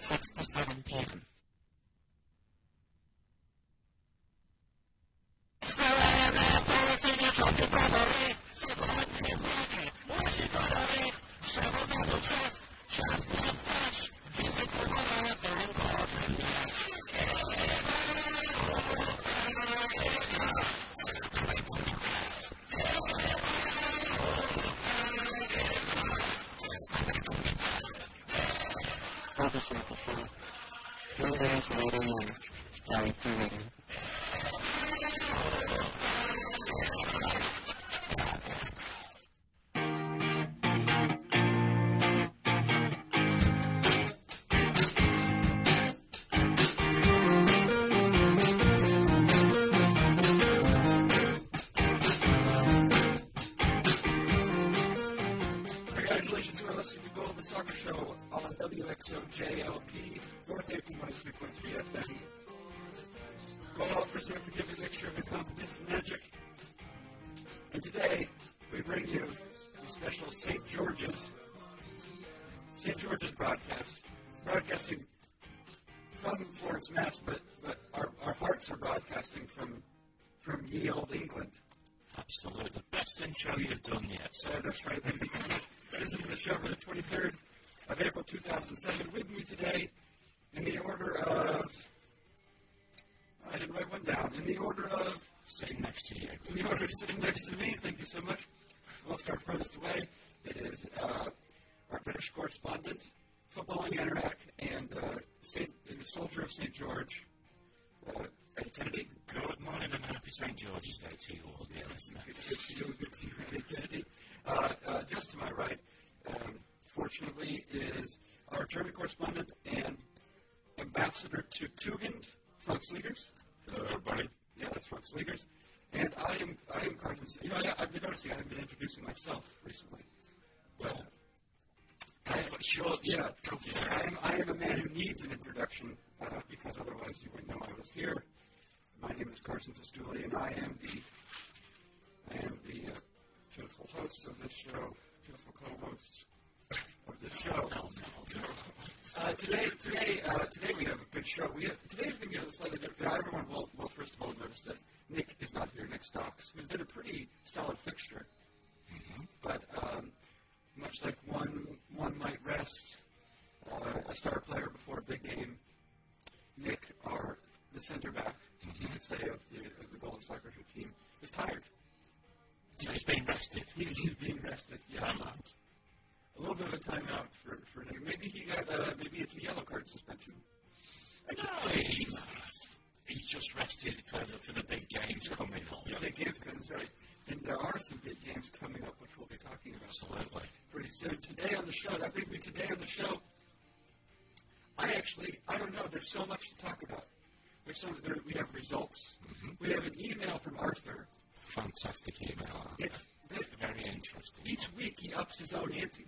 6 to 7 p.m. Ferguson before. Windows waiting in. Gary Freeman. Congratulations for listening to Gold the Soccer Show on WXOJLP, North Haven 93.3 FM. Gold offers an unforgiving mixture of incompetence and magic. And today, we bring you the special St. George's, St. George's broadcast, broadcasting from Florence, Mass, but, but our, our hearts are broadcasting from, from ye olde England. Absolutely the best intro you've done yet, Uh, sir. that's right. this is the show for the 23rd of April 2007. With me today, in the order of. I didn't write one down. In the order of. Sitting next to you. In the order of sitting next to me, thank you so much. We'll start furthest away. It is uh, our British correspondent, footballing anorak, and uh, Saint, and soldier of St. George, uh, Ed Kennedy. Good morning and happy St. George's Day to you all, dear listener. identity. Uh, uh, just to my right, um, fortunately, is our German correspondent and ambassador to Tugend, Volksliegers. Hello, everybody. Yeah, that's Volksliegers. And I am, I am Carlton. You know, I, I've been noticing I haven't been introducing myself recently. Well, Go for it. Sure, yeah, sure, go for I it. am, I am a man who needs an introduction uh, because otherwise you wouldn't know I was here. My name is Carson Sestouli, and I am the I am the uh, pitiful host of this show, pitiful co-host of this show. No, no, no. Uh, today, today, uh, today we have a good show. We have, today's going to be a slightly different. Everyone will, will first of all notice that Nick is not here. Nick Stocks, who's been a pretty solid fixture, but um, much like one one might rest uh, a star player before a big game, Nick, our the center back, you could say of the, of the Golden Soccer team, is tired. So he's been rested. He's, he's being rested. Yeah. Timeout. A little bit of a timeout for, for Nick. Maybe he got uh, maybe it's a yellow card suspension. No, he's, he's just rested for the, for the big games coming up. Yeah, big games coming right. And there are some big games coming up, which we'll be talking about Absolutely. pretty soon. Today on the show, that brings me today on the show. I actually, I don't know. There's so much to talk about. There's so, there, we have results. We have an email from Arthur. Fantastic email. It's th- Very interesting. each week he ups his own ante.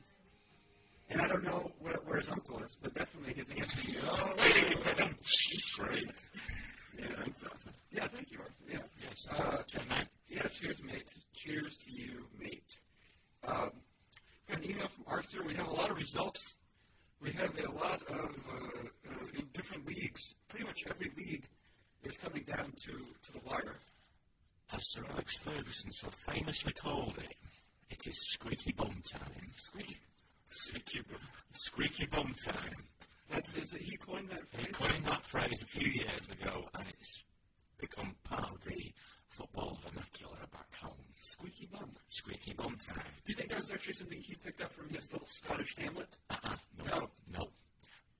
And I don't know where, where his uncle is, but definitely his ante. Oh, Great. yeah, yeah, thank you, Arthur. Yeah. Yes. Uh, Good night. Yeah, cheers, mate. Cheers to you, mate. Um, got an email from Arthur. We have a lot of results. We have a lot of uh, uh, in different leagues. Pretty much every league is coming down to, to the wire. As Sir Alex Ferguson so famously called it, it is squeaky bum time. Squeaky. Squeaky bum. Squeaky bum time. That is, he coined that He phrase. coined that phrase a few years ago, and it's become part of the football vernacular back home. Squeaky bum. Squeaky bum time. Do you think that was actually something he picked up from his little Scottish hamlet? Uh-uh, no, no.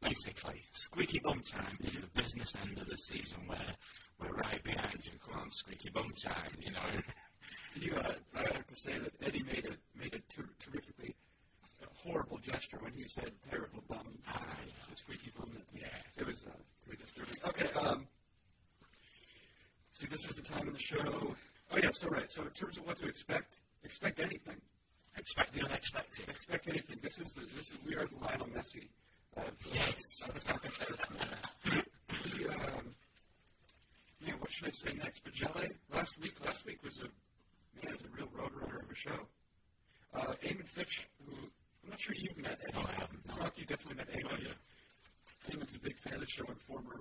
Basically, squeaky bum time is the business end of the season where we're right behind you. Come on, squeaky bum time, you know. You, uh, I have to say that Eddie made a made a ter- terrifically uh, horrible gesture when he said "terrible bum." It was a squeaky bum. That Yeah. it was uh, pretty disturbing. Okay. Um, see, this is the time of the show. Oh yeah, so right. So in terms of what to expect, expect anything. Expect the unexpected. Expect anything. This is the this is we are the Lionel Messi. Of, Yes. Of Scottish football. the, um, yeah, what should I say next? Bajele? Last week, last week was a man was a real roadrunner of a show. Uh, Eamon Fitch, who I'm not sure you've met. Eddie. No, I haven't, no. Rock, you definitely met Eamon. yeah. Eamon's a the show and former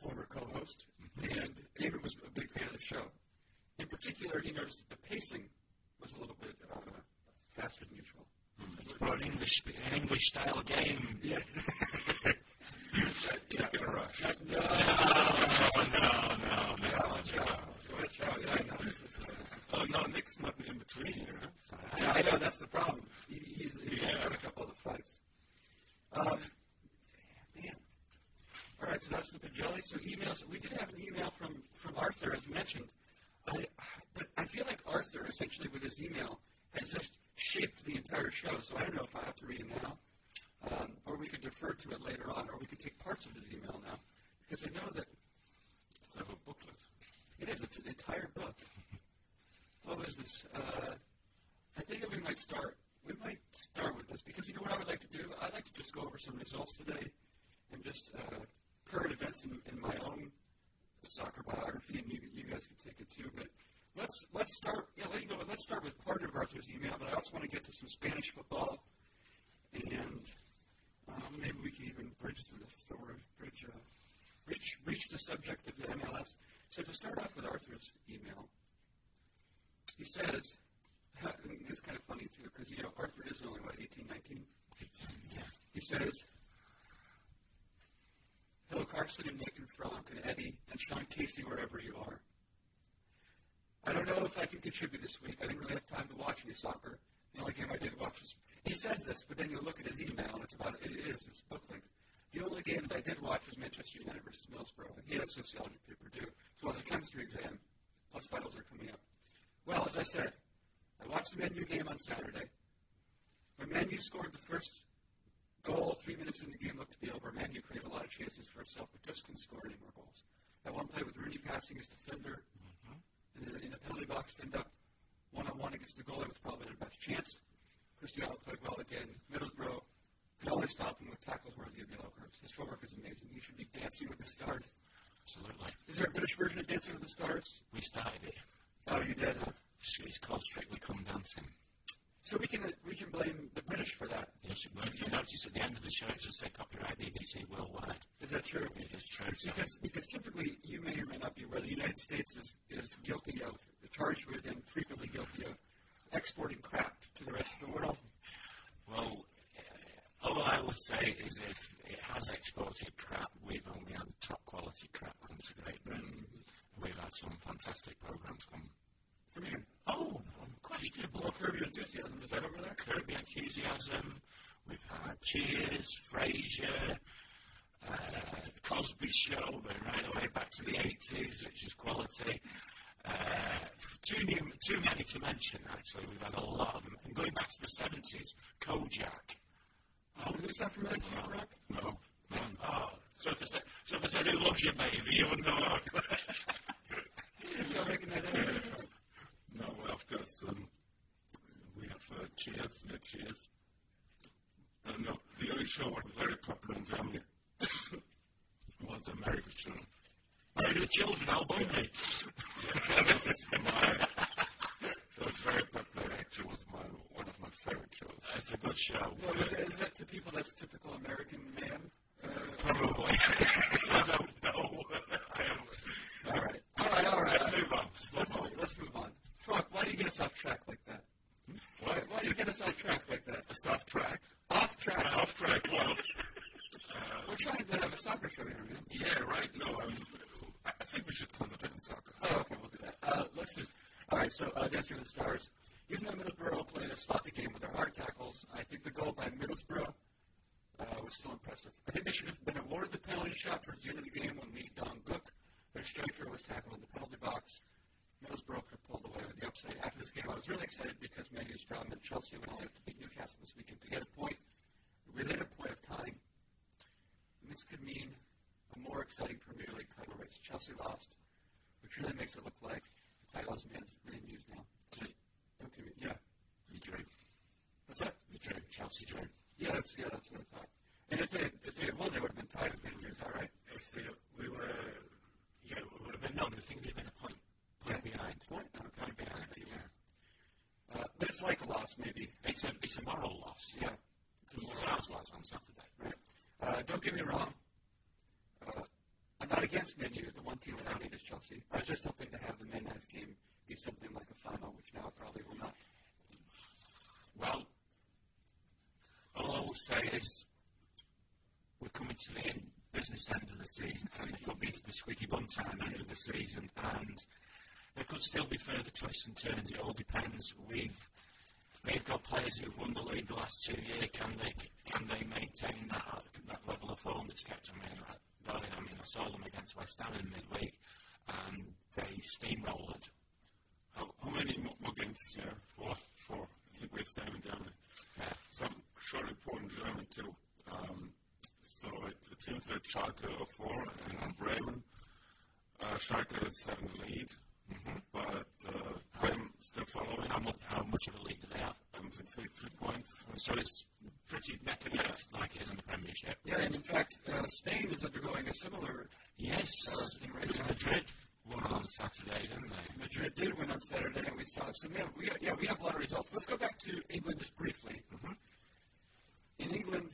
former co-host, Mm-hmm. and David was a big fan of the show. In particular, he noticed that the pacing was a little bit uh, faster than usual. Hmm, It's about an English, an English style game. Yeah. Not gonna rush. No, no, no, no, no. Good show. Yeah, I know this is, uh, this is Oh, no, Nick's nothing in between, you know. So, Yeah, I know that's the problem. He, he's he's had a couple of the fights. Um, man. All right, so that's the Pagelli. So emails. We did have an email from from Arthur, as you mentioned. I, but I feel like Arthur, essentially, with his email, has just shaped the entire show. So I don't know if I have to read it now, um, or we could defer to it later on, or we could take parts of his email now, because I know that it's like a booklet. it is. It's an entire book. what was this? Uh, I think that we might start. We might start with this because you know what I would like to do. I'd like to just go over some results today, and just uh, current events in, in my own soccer biography, and you, you guys can take it too. But let's let's start. Yeah, let you know. what, Let's start with part of Arthur's email, but I also want to get to some Spanish football, and um, maybe we can even bridge to the story, bridge, uh, reach reach the subject of the MLS. So to start off with Arthur's email, he says, and it's kind of funny too, because you know Arthur is only what 18, 19. He says, Hello, Carson and Nick and Frank and Eddie and Sean Casey, wherever you are. I don't know if I can contribute this week. I didn't really have time to watch any soccer. The only game I did watch was. He says this, but then you look at his email and it's about. It is. It's book length. The only game that I did watch was Manchester United versus Middlesbrough. He had a sociology paper due, so it was a chemistry exam. Plus, finals are coming up. Well, as I said, I watched the menu game on Saturday. When Menu scored the first goal three minutes in the game looked to be over. Manu created a lot of chances for himself, but just couldn't score any more goals. That one play with Rooney passing his defender and then in the penalty box, end up one on one against the goalie was probably their best chance. Cristiano played well again. Middlesbrough could only stop him with tackles worthy of yellow cards. His footwork is amazing. He should be dancing with the stars. Absolutely. Is there a British version of Dancing with the Stars? We started it. Oh, you did. Huh? It's it's called Strictly Come Dancing. So we can we can blame the British for that. Yes, well, if you notice at the end of the show, it just said copyright BBC worldwide. Is that true? It is true. So Because, because typically, you may or may not be aware, the United States is, is guilty of, charged with, and frequently guilty of exporting crap to the rest of the world. Well, uh, all I would say is if it has exported crap, we've only had top quality crap come to Great Britain. Mm-hmm. We've had some fantastic programs come. From you. Oh, unquestionable. Well, Curb Your Enthusiasm, is that over there? Kirby Enthusiasm. We've had Cheers, Frasier, uh, The Cosby Show, then right away back to the 80s, which is quality. Uh, too, new, too many to mention, actually. We've had a lot of them. And going back to the 70s, Kojak. Oh, is that from Edge Rock? No. Oh, so if I said, so if I said who loves you, baby, you wouldn't "Oh." know. You don't recognize any of this crap. no, well, of course, um, we have uh, Cheers, we have Cheers. Uh, no, the only show that was very popular in Zambia was American Children. Married with Children, Al Bundy. that was very popular, actually, was my, one of my favourite shows. It's a good show. Well, is, that, is that to people that's typical American man? Uh, Probably. I don't know. I am- all right. All right, all right. Let's move on. Let's, let's move on. Frog, why do you get us off track like that? Why, why do you get us off track like that? It's off track. Off track. Off track. Well, We're trying to have a soccer show here, man. yeah, right. No, I, mean, I I think we should concentrate on soccer. Oh, okay, we'll do that. Uh, let's just. All right, so uh, Dancing with the Stars. Even though Middlesbrough played a sloppy game with their hard tackles, I think the goal by Middlesbrough uh, was still impressive. I think they should have been awarded the penalty shot towards the end of the game when Lee Dong Gook, their striker, was tackled in the penalty box. Middlesbrough could have pulled away with the upside after this game. I was really excited because Manu's problem and Chelsea would only have to beat Newcastle this weekend to get a point within a point of tying. And this could mean a more exciting Premier League title race. Chelsea lost, which really makes it look like the title is man's man used now. Okay, yeah. We drew. What's that? We drew. Chelsea drew. Yeah, that's yeah, that's what I thought. And if they had, if they had won, they would have been tied with Man U. Is that right? If they, we were, yeah, we would have been. No, but the thing would have been a point, point behind. Point? No, okay. Point behind. Yeah. Uh, but it's like a loss, maybe. It's a it's a moral loss. Yeah. It was ours last on Saturday. Right. Uh, don't get me wrong. against menu, the one team without it is Chelsea. I was just hoping to have the midnight game be something like a final, which now it probably will not. Well, all I will say is we're coming to the end, business end of the season, and it could be the squeaky bum time end of the season, and there could still be further twists and turns. It all depends. We've they've got players who've won the league the last two years. Can they can they maintain that that level of form that's kept them in? Like, Barry, I mean, I saw them against West Ham in midweek, and they steamrolled. How, how many more, more games is uh, there? Four. Four. I think we have seven in Germany. Yeah. Some short report in Germany too. Um, so it, it seems that Schalke are four and on Bremen. Uh, Schalke is having the lead, Mm-hmm. but uh, Bremen still following. How much, how much of a league do they have? Um, I think they have three points. So it's pretty neck and neck like it is in the Premiership. Yeah, and in fact, uh, Spain is undergoing a similar. Yes, Uh, it was Madrid won on Saturday, didn't they? Madrid did win on Saturday, and we saw it. So yeah, we, yeah, we have a lot of results. Let's go back to England just briefly. Mm-hmm. In England,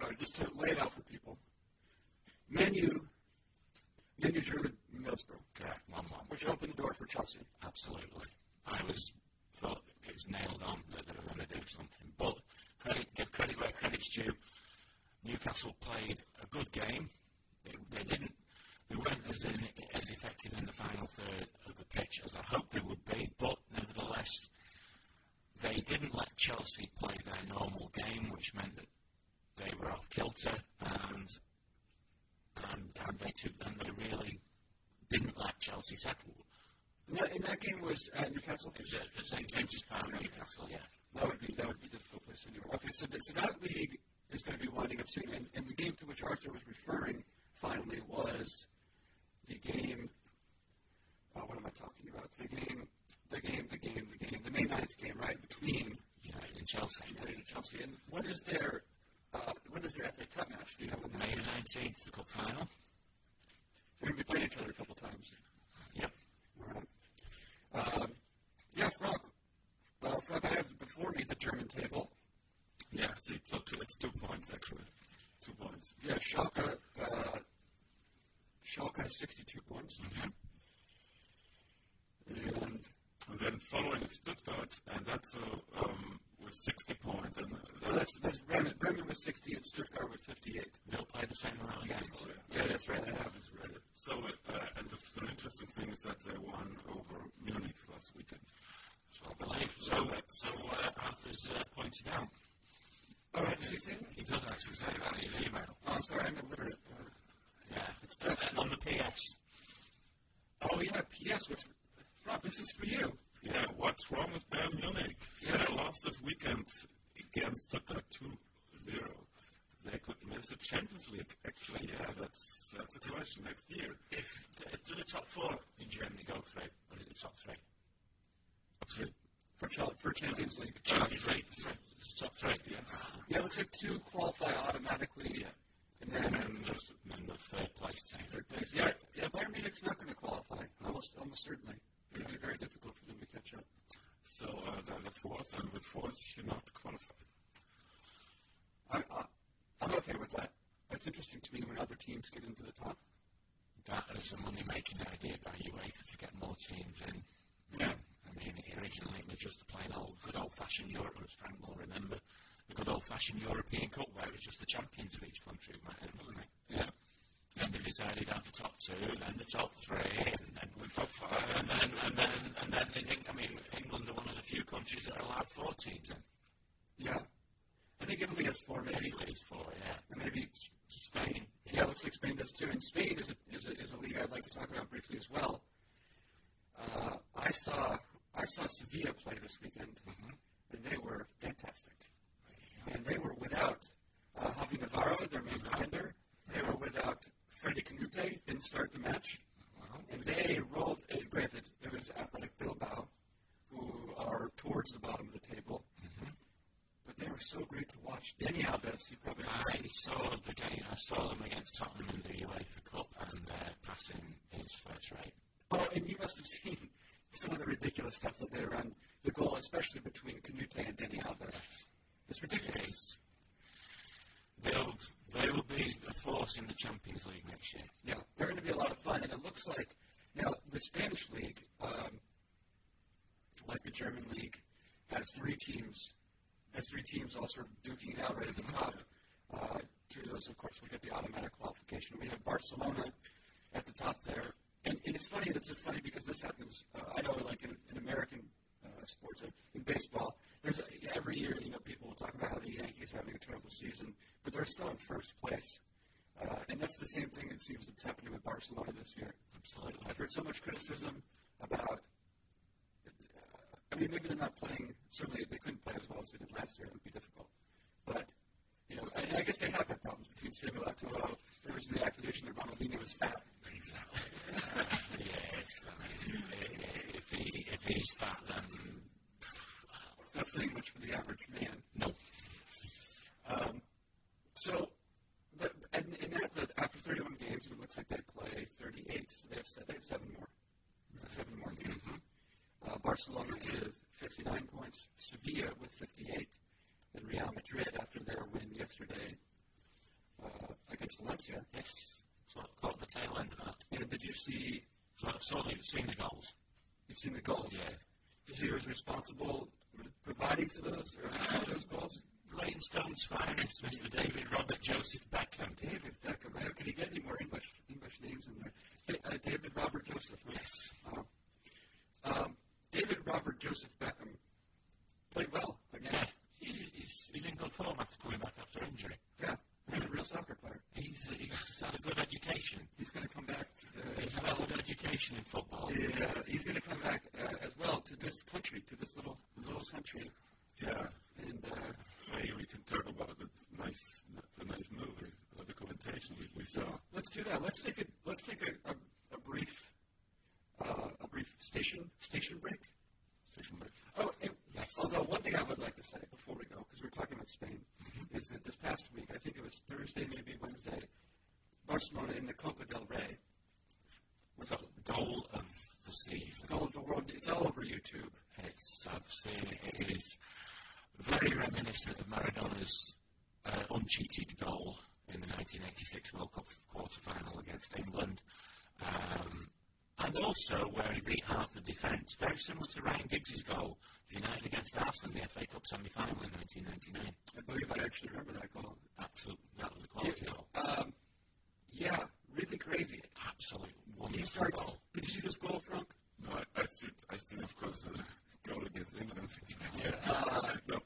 or just to lay it out for people, Menu, Menu drew with Middlesbrough, Correct, one one. which opened the door for Chelsea. Absolutely. I was thought it was nailed on that they were going to do something. But credit, give credit where credit's due. Newcastle played a good game. They, they didn't. They weren't as in, as effective in the final third of the pitch as I hoped they would be. But nevertheless, they didn't let Chelsea play their normal game, which meant that they were off kilter and and, and they took and they really didn't let Chelsea settle. And that, and that game was at Newcastle. Is it the same game just found Newcastle? Yeah. That would be that would be difficult place to do. Okay, so, th- so that league is going to be winding up soon, and, and the game to which Arthur was referring finally was the game. Oh, what am I talking about? The game, the game, the game, the game, the May 9th game, right between United and Chelsea. United and Chelsea. And when is their uh, when is their FA Cup match? Do you know when May the 19th, the cup final. We've been playing each other a couple times. Yep. Alright. Um, yeah, Frog. Well, Frog, I have before me the German table. Yeah, so it's, up to, it's two points actually. Two points. Yeah, Schalke, uh, Schalke has 62 points. And Mm-hmm. And then following is Stuttgart, and that's uh, um, with 60 points. And uh, well, that's, that's Bremen. Bremen with 60 and Stuttgart with 58. They'll play the same round again. Yeah, that's right. That happens. Right. So, uh, and the, the interesting thing is that they won over Munich last weekend. So I believe. So, so uh, Arthur's uh, pointed out. Oh, right, did you see that? He does actually say that in his email. Oh, I'm sorry, I'm illiterate. Yeah. It's tough. And on the PS. Oh, yeah, P.S. with Rob, this is for you. Yeah, what's wrong with Bayern Munich? Yeah. They lost this weekend against Stuttgart 2-0. They could miss the Champions League. Actually, yeah, that's that's the question next year. If uh, do the top four in Germany go through, or is it top three? Actually, For, Chel- for Champions League. Champions League. It's Top three. Yes. Yeah, it looks like two qualify automatically. Yeah. And then And just and the third place team. third place. Yeah, yeah, Bayern Munich's not going to qualify. Almost, almost certainly. It'll be very difficult for them to catch up. so uh, they're the fourth, and with fourth, you're not qualified. I'm, I'm okay with that. That's interesting to me when other teams get into the top. That is a money making idea by UEFA to get more teams in. Yeah. I mean, originally it was just a plain old, good old fashioned Europe, as Frank will remember, the good old fashioned European Cup where it was just the champions of each country, mattered, wasn't it? Yeah. Then they decided on the top two, then the top three, and then the top five, and then, and then, and then, in Eng- I mean, England are one of the few countries that are allowed four teams in. Yeah. I think Italy has four, maybe. Italy is four, yeah. And Maybe S- Spain, yeah, it looks like Spain does too. And Spain is a, is a, is a league I'd like to talk about briefly as well. Uh, I saw I saw Sevilla play this weekend, Mm-hmm. and they were fantastic. And they were without uh, Javi Navarro, their main Mm-hmm. defender. They were without Freddy Canute, didn't start the match. well, And they rolled, and granted, it was Athletic Bilbao, who are towards the bottom of the table. But they were so great to watch. Danny Alves, you probably I saw the game. I saw them against Tottenham in the UEFA Cup, and their passing is first rate. Oh, and you must have seen some of the ridiculous stuff that they run. The goal, especially between Canute and Danny Alves. It's ridiculous. They'll they will be a four horse in the Champions League next year. Yeah, they're going to be a lot of fun, and it looks like now the Spanish league, um, like the German league, has three teams. Has three teams all sort of duking it out right at the top. Uh, two of those, of course, will get the automatic qualification. We have Barcelona at the top there, and, and it's funny. It's funny because this happens. Uh, I know, like in, in American uh, sports, like in baseball, there's a, yeah, every year, you know, people will talk about how the Yankees are having a terrible season, but they're still in first place. Uh, and that's the same thing it seems that's happening with Barcelona this year. Absolutely. I've heard so much criticism about. I mean, maybe they're not playing. Certainly, they couldn't play as well as they did last year. It would be difficult. But you know, and I guess they have had problems between Samuel Eto'o. There was the accusation that Ronaldinho was fat. Exactly. yes, I mean, i- if, he, if he's fat, then It's not saying much for the average man. no. Um, so, but, and, and that, that after 31 games, it looks like they play 38, so they have, se- they have seven more, seven more games. Mm-hmm. Uh, Barcelona with 59 points, Sevilla with 58, and Real Madrid after their win yesterday uh, against Valencia. Yes, so I caught the uh, tail end of that. And did you see? So I've saw the, seen the goals. You've seen the goals. Yeah. Did you see who was responsible for providing some of those, or all those goals? Leighton Stone's finest, Mr. David Robert Joseph Beckham. David Beckham. How could he get any more English English names in there? Da- uh, David Robert Joseph. huh? Yes. Wow. Um, David Robert Joseph Beckham played well again. Yeah, he- he's, he's in good form after coming back after injury. Yeah, he's a real soccer player. He's, he's had a good education. He's going to come back. To, uh, He's had a good education in football. yeah, he's going to come back uh, as well to this country, to this little little country, Yeah. and uh, Maybe we can talk about the nice, the nice movie, uh, the commentation we, we saw. let's do that. Let's take a let's take a, a, a brief uh, a brief station station break. Station break. Oh, and Yes. although one thing I would like to say before we go, because we're talking about Spain, is that this past week, I think it was Thursday, maybe Wednesday, Barcelona in the Copa del Rey was a Goal of the season. goal of the world. It's all over YouTube. It's, I've seen it. It is very reminiscent of Maradona's uh, uncheated goal in the 1986 World Cup quarter-final against England. Um, and also where he beat half the defence, very similar to Ryan Giggs' goal, the United against Arsenal in the FA Cup semi-final in 1999. I believe I actually remember that goal. Absolute, that was a quality goal. Um, yeah, really crazy. Absolute He wonderful starts. goal. Did you see this goal, Frank? No, I, I see. I see. Of course, uh, goal against England. Uh, no,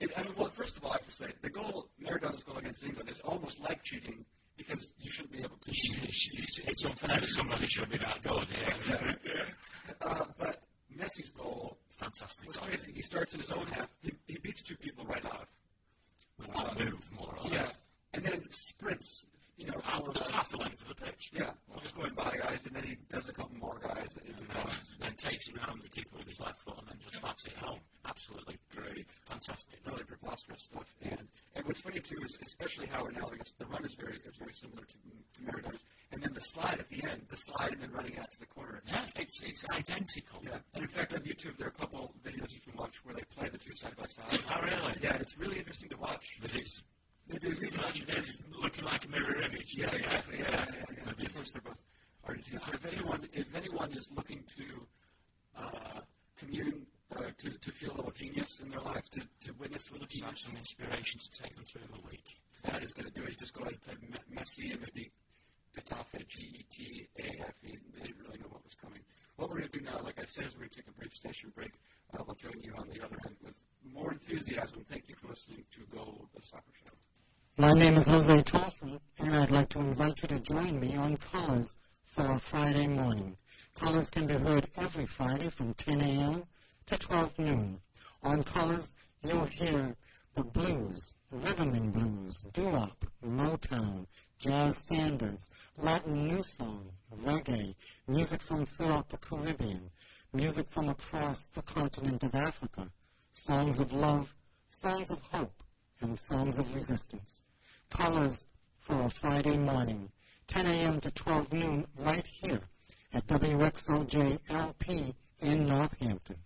It, I mean, well, first of all, I have to say the goal, Maradona's goal against England, is almost like cheating because you shouldn't be able to cheat. it's, it's unfair that somebody should be that good. Yeah. Uh, but Messi's goal Fantastic was goal. crazy. He starts in his own half. He, he beats two people right off. With that move, more or less. Yeah, and then sprints. You know, half over the, the- half the length of the pitch. yeah, just going by guys, and then he does a couple more guys. And And he then, goes. then takes it round the keeper with his left foot and then just slaps it home. Absolutely great. Fantastic. really preposterous stuff. And and what's funny too is especially Howard now because the run is very is very similar to, to Maradona's, and then the slide at the end, the slide and then running out to the corner. Yeah, it's it's identical. Yeah, and in fact on YouTube there are a couple videos you can watch where they play the two side by side. Oh, really? Yeah, and it's really interesting to watch. But it's, They do a good job. it's looking like a mirror image. Yeah, exactly. Yeah, yeah, yeah. yeah. Of course, they're both Argentine. So if anyone, if anyone is looking to uh, commune, uh, to, to feel a little genius in their life, to, to witness a little So have genius, some inspiration to take them through the week. that is going to do it. Just go ahead and type Me- Messi and maybe Getafe, G-E-T-A-F-E. E. They didn't really know what was coming. What we're going to do now, like I said, is we're going to take a brief station break. Uh, we'll join you on the other end with more enthusiasm. Thank you for listening to Go the Soccer Show. My name is Jose Tolson, and I'd like to invite you to join me on Callers for Friday morning. Callers can be heard every Friday from 10 a.m. to 12 noon. On Callers, you'll hear the blues, rhythm and blues, doo-wop, Motown, jazz standards, Latin new song, reggae, music from throughout the Caribbean, music from across the continent of Africa, songs of love, songs of hope, and songs of resistance. Callers for a Friday morning, 10 a.m. to 12 noon, right here at WXOJLP in Northampton.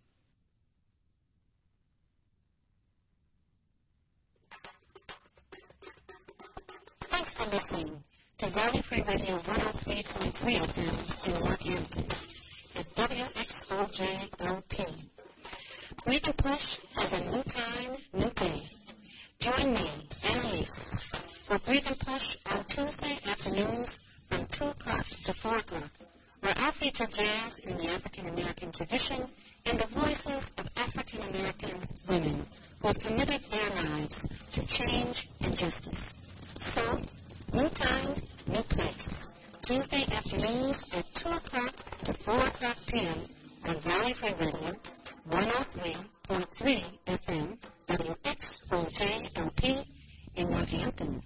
Thanks for listening. to Valley Free Radio 103.3 FM in Northampton at WXOJLP. We can push as a new time, new day. Join me, Annalise, for Breathe and Push on Tuesday afternoons from 2 o'clock to 4 o'clock, where I feature jazz in the African American tradition and the voices of African American women who have committed their lives to change and justice. So, new time, new place. Tuesday afternoons at 2 o'clock to 4 o'clock p.m. on Valley Free Radio, 103.3 FM, WXOJLP in Northampton.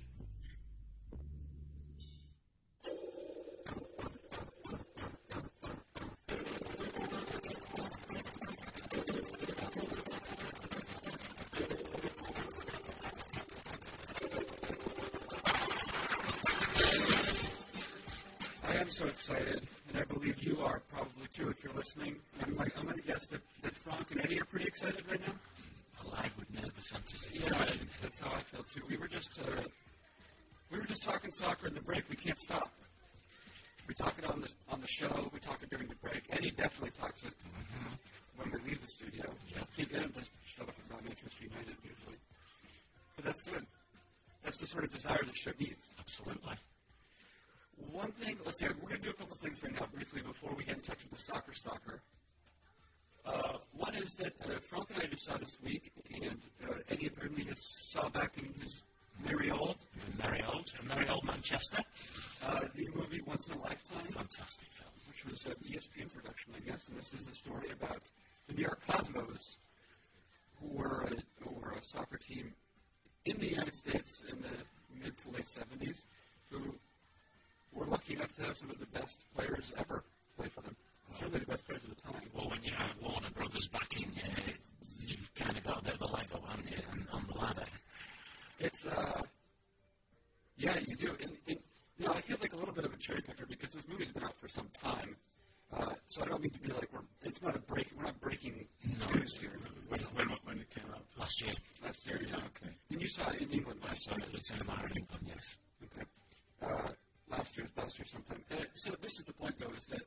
I am so excited, and I believe you are probably too if you're listening. I'm, like, I'm going to guess that, that Frank and Eddie are pretty excited right now. Alive with nervous anticipation. Yeah, that's how I feel too. We were just uh, we were just talking soccer in the break. We can't stop. We talk it on the on the show. We talk it during the break. Eddie definitely talks it Mm-hmm. when we leave the studio. Yeah, see, then just shut up about Manchester United usually. But that's good. That's the sort of desire that show needs. Absolutely. One thing, let's see, we're going to do a couple things right now briefly before we get in touch with the soccer stalker. Uh, one is that uh, Frank and I just saw this week, and uh, Eddie apparently has saw back in his merry old, And Merry old, and merry old Manchester. uh, the movie Once in a Lifetime, Fantastic film. which was an E ESPN production, I guess, and this is a story about the New York Cosmos, who were a, who were a soccer team in the United States in the mid to late 70s, who were lucky enough to have some of the best players ever play for them. Certainly the best players of the time. Well, when you have Warner Brothers backing you, you've kind of got a bit of a Lego, haven't you, on, on the ladder? It's uh, yeah, you do. And, and you know, I feel like a little bit of a cherry picker because this movie's been out for some time. Uh, so I don't mean to be like we're. It's not a break. We're not breaking news here. When, when, when it came out. Last year, That's very yeah. Okay. And you saw it in England I last saw it at the cinema in England, yes. okay. uh, last year's best or sometime. Uh, so this is the point though, is that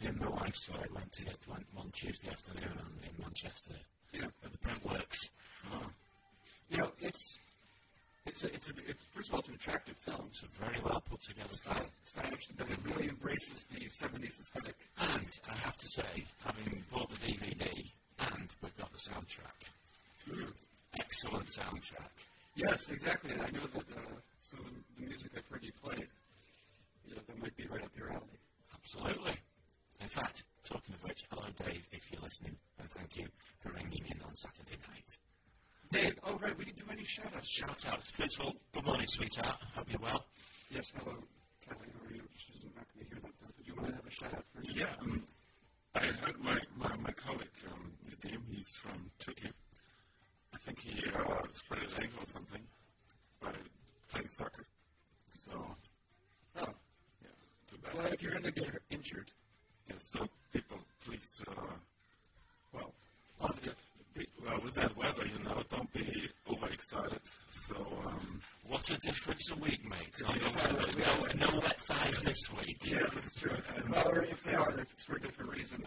Me and my wife saw it, went to it went on Tuesday afternoon in, in Manchester you know, at the Brent Works. you know, it's it's a, it's a, it's first of all, it's an attractive film. So It's a very well put together style, film. stylish, but it really embraces the '70s aesthetic. And I have to say, having bought the DVD and we've got the soundtrack, excellent soundtrack. Yes, exactly. And I know that uh, some of the, the music I've heard you play, you know, that might be right up your alley. Absolutely. In fact, talking of which, hello Dave, if you're listening, and thank you for ringing in on Saturday night. Dave, oh right, we didn't do any shout outs. Shout out, first of all, good morning, sweetheart. Hope you're well. Yes, hello, Kelly, how are you? She's not going to hear that though. Did you want to have a shout out for Yeah, um, I had my, my, my colleague, um, Nadim, he's from Turkey. I think he uh, spread his ankle or something by playing soccer. So, Oh, yeah, too bad. well, if you're going to get injured, Yeah, so people, please, uh, well, positive. be, well, with that weather, you know, don't be overexcited. So, um, What a difference a week makes. I don't know, no, no wet thighs this week. Yeah, that's true. And, or if they are, if it's for a different reason.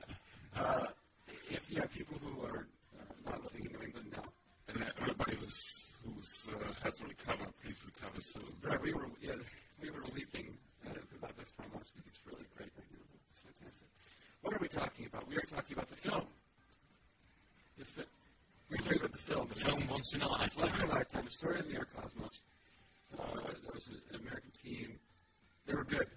Uh, if you have people who are uh, not living in New England now, and everybody who's, who's uh, hasn't recovered, please recover soon. Right, we were yeah, we were leaping uh, about this time last week. It's really great right now. It's fantastic. What are we talking about? We are talking about the film. The fi- we're talking about the film. The film Once in a Once in a Lifetime. lifetime, a story of the Air Cosmos. Uh, there was an American team. They were good.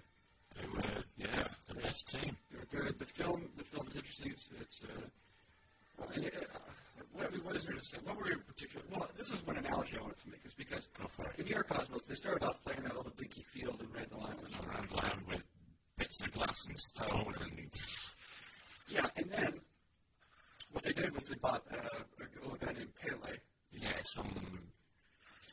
They were, yeah, the best team. They were good. The film. The film is interesting. It's. it's uh, uh, and, uh, what, I mean, what is there to say? What were your particular? Well, this is one analogy I wanted to make is because in the Air Cosmos they started off playing that little dinky field in Randall Island. Around land with bits of glass and stone and Yeah, and then what they did was they bought uh, a little guy named Pele. yeah, some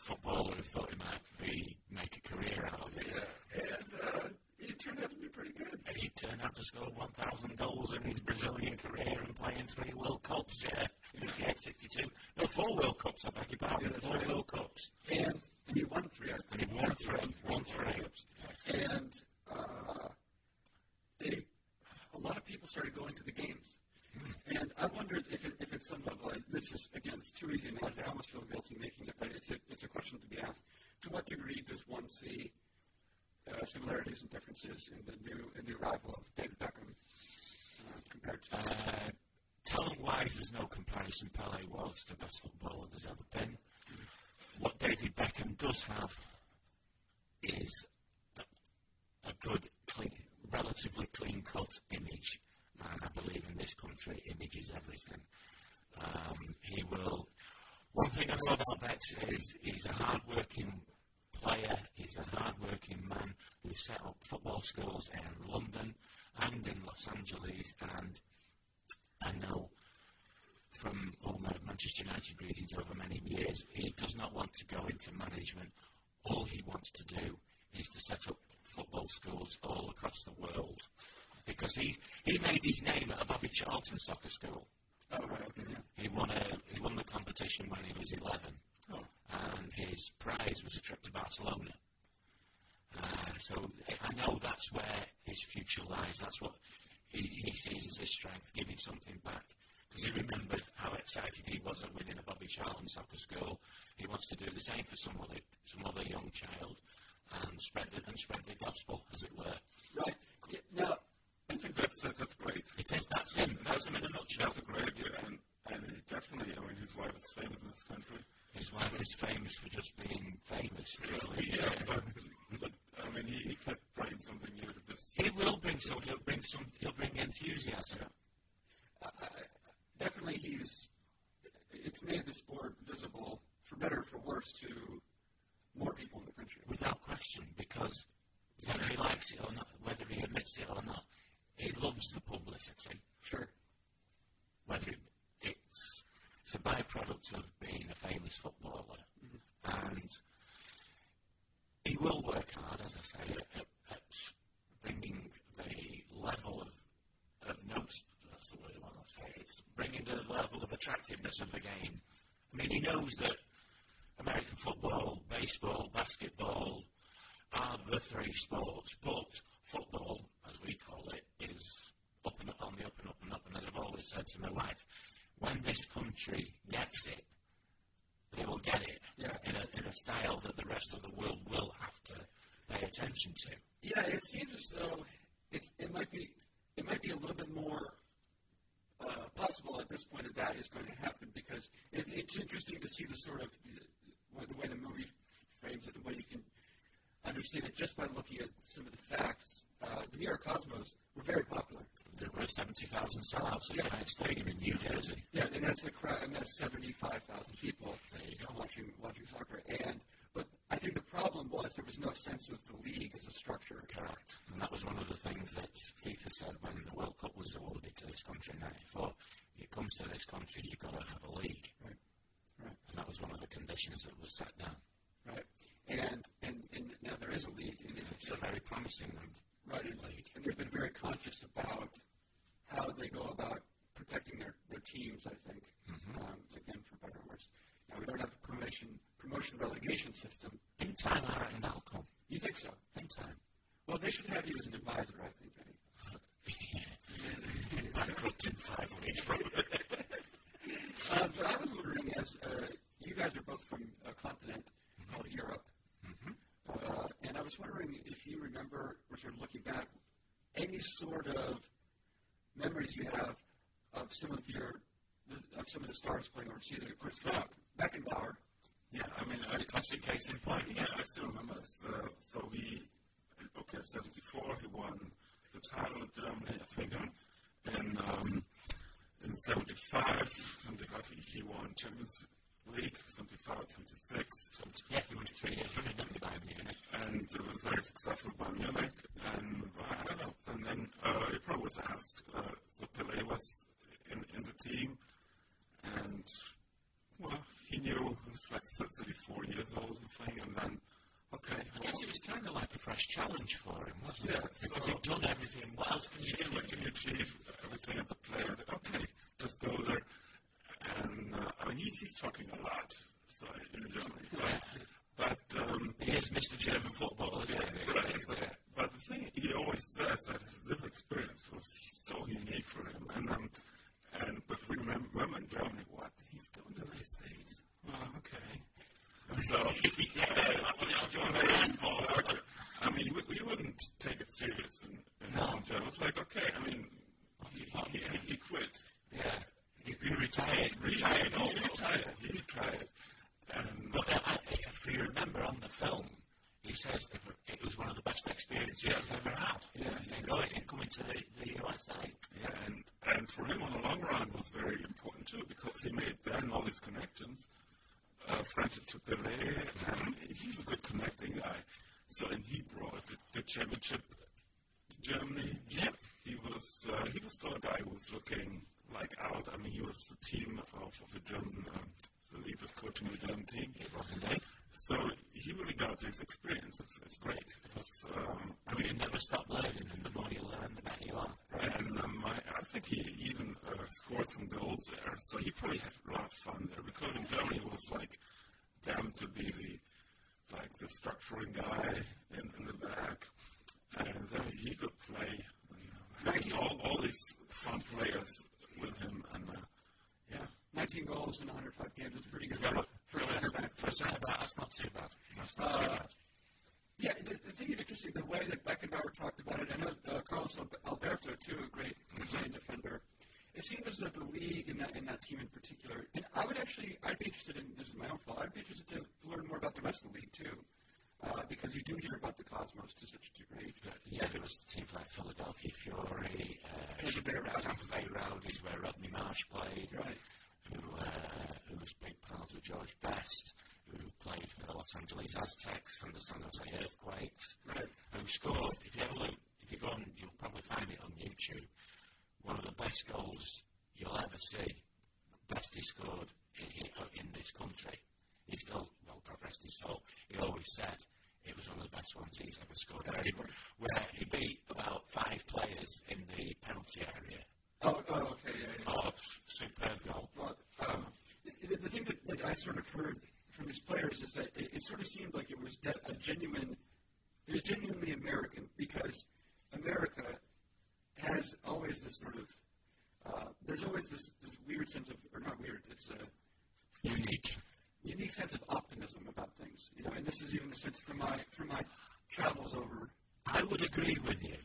footballer who thought he might be make a career out of it. And uh, he turned out to be pretty good. And he turned out to score 1,000 goals in his Brazilian career and play in three World Cups, yeah, in 1962. No, four World Cups, I beg your pardon, that's four right. World Cups. And he won three, I think. He won three, won three. Yes. And uh, they, a lot of people started going to the games. And I wondered if, it, if at some level, and this is again, it's too easy an answer. I almost feel guilty making it, but it's a, it's a question to be asked. To what degree does one see uh, similarities and differences in the new in the arrival of David Beckham uh, compared to Uh, talent wise, there's no comparison. Pele was the best footballer there's ever been. What David Beckham does have is a, a good, clean, relatively clean cut image. And I believe in this country, image is everything. Um, he will. One thing I know about Bex is he's a hard working player, he's a hard working man who set up football schools in London and in Los Angeles and I know from all my Manchester United readings over many years, he does not want to go into management. All he wants to do is to set up football schools all across the world. Because he, he made his name at a Bobby Charlton soccer school. Oh, right, okay, yeah. He won, a, he won the competition when he was 11, Oh, and his prize was a trip to Barcelona. Uh, so I know that's where his future lies. That's what he, he sees as his strength, giving something back. Because he remembered how excited he was at winning a Bobby Charlton soccer school. He wants to do the same for some other, some other young child and spread the, and spread the gospel, as it were. right. Yeah, now, I think that's that, that's great. It is, that's him. That's him in a nutshell. That's a great idea, and and he definitely, I mean, his wife is famous in this country. His wife is famous for just being famous, really. Yeah, but, but I mean, he, he kept bringing something new to this. He will bring some. He'll bring some. He'll bring enthusiasm. definitely he's it's made the sport visible for better or for worse to more people in the country. without question, because whether he likes it or not, whether he admits it or not, he loves the publicity. Sure. Whether it, it's it's a byproduct of being a famous footballer, and he will work hard, as I say, at, at, at bringing the level of of notes. That's the word I want to say. It's bringing the level of attractiveness of the game. I mean, he knows that American football, baseball, basketball are the three sports, but football, as we call it, is up and up, on the up and up and up. And as I've always said to my wife, when this country gets it, they will get it Yeah. in, a, in a style that the rest of the world will have to pay attention to. Yeah, it seems as though it, it might be it might be a little bit more uh, possible at this point that that is going to happen because it, it's interesting to see the sort of the, the way the movie frames it, the way you can understand it just by looking at some of the facts. Uh, the New York Cosmos were very popular. There were 70,000 sellouts at Giant Stadium in New Jersey. Yeah, and that's a crowd, and that's seventy-five thousand people There you go. watching watching soccer. And but I think the problem was there was no sense of the league as a structure. Correct. And that was one of the things that FIFA said when the World Cup was awarded to this country in 94. It comes to this country, you've got to have a league. Right. Right. And that was one of the conditions that was set down. Right. And and and now there is a league, and it's It's a very promising right. And, league. and they've been very conscious about how they go about protecting their, their teams. I think Mm-hmm. um, again for better or worse. Now we don't have a promotion promotion relegation system. In time, I reckon that'll come. You think so? In time. Well, they should have you as an advisor. I think. Eddie. Bankrupt in five weeks, probably. Um, but I was wondering, as uh, you guys are both from a continent Mm-hmm. called Europe, uh, and I was wondering if you remember, or sort of looking back, any sort of memories you have of some of your of some of the stars playing overseas. Like, of course, Philip Beckenbauer. Yeah, I mean, I, Classic case in point. Yeah, I still remember. So, so we, okay, 74, he won the title in Germany, I think. And um, in 75, 75, he- he won Champions League, 75, 76. So, yeah, they won it three years running, didn't they, by Munich? And it was very successful by Munich. And I don't know. And then uh, April was asked, uh, so Pele was in, in the team. And well, he knew he was like 34 years old, I think. And then, okay, I guess it was kind of like a fresh challenge for him, wasn't Yeah, it? Because so- he'd done everything. What else can you do? like can you achieve everything as a player? Okay, just go there. And uh, I mean, he's, he's talking a lot so in Germany, but, But um, He is Mr. German football, isn't he? Right, but, but the thing he always says that this experience was so unique for him, and um, and but we remem- remember in Germany what he's going to the states. Well, okay. So yeah, I mean, we, we wouldn't take it serious in, in no. Germany. It's like okay, I mean, he, he, he, he quit. Yeah. He'd be retired, retired He almost. retired. He retired. And But uh, I, if you remember on the film, he says it wa- it was one of the best experiences he's ever had. Yeah. And going and coming to the, the USA. Yeah, and, and for him on the long run was very important too because he made then all these connections, uh, friendship to Pelé, and he's a good connecting guy. So and he brought the, the championship to Germany. Yeah. He was uh, he was still a guy who was looking like out. I mean, he was the team of, of the German. Um, so he was coaching the German team. So he really got this experience. It's, it's great. It was, um, I You mean, never stop learning, and the more you learn, the better you are. and um, I, I think he even uh, scored some goals there, so he probably had a lot of fun there. Because in Germany, it was like them to be the like the structuring guy in, in the back, and then he could play. You know, had all, all these fun players with him, and uh, yeah, 19 goals in 105 games is pretty good for- for a center back. Uh, For a centre back, that's not too bad. That's not too bad. Yeah, the, the thing is interesting, the way that Beckenbauer talked about it, I know uh, Carlos Al- Alberto, too, a great Mm-hmm. Brazilian defender, it seems as though the league and that, and that team in particular, and I would actually, I'd be interested in, this is my own fault, I'd be interested to learn more about the rest of the league, too, uh, because you do hear about the Cosmos to such a degree. Yeah, there was teams like Philadelphia Fury, uh, Tampa Bay Rowdies. Tampa Bay Rowdies, where Rodney Marsh played, Right. who, uh, who was big pals with George Best, who played for the Los Angeles Aztecs and the San Jose Earthquakes, Right. who scored, if you ever look, if you go on, you'll probably find it on YouTube, one of the best goals you'll ever see, best he scored in, in this country. He still, well, God rest his soul, he always said it was one of the best ones he's ever scored. Where he, where he beat about five players in the penalty area. Oh, oh okay, yeah, yeah. Oh, superb goal. Well, um, the, the- the thing that, that I sort of heard from his players is that it, it sort of seemed like it was de- a genuine, it was genuinely American because America has always this sort of, uh, there's always this, this weird sense of, or not weird, it's a Unique. unique sense of optimism about things, you know, and this is even the sense from my, from my travels over. I would agree with you.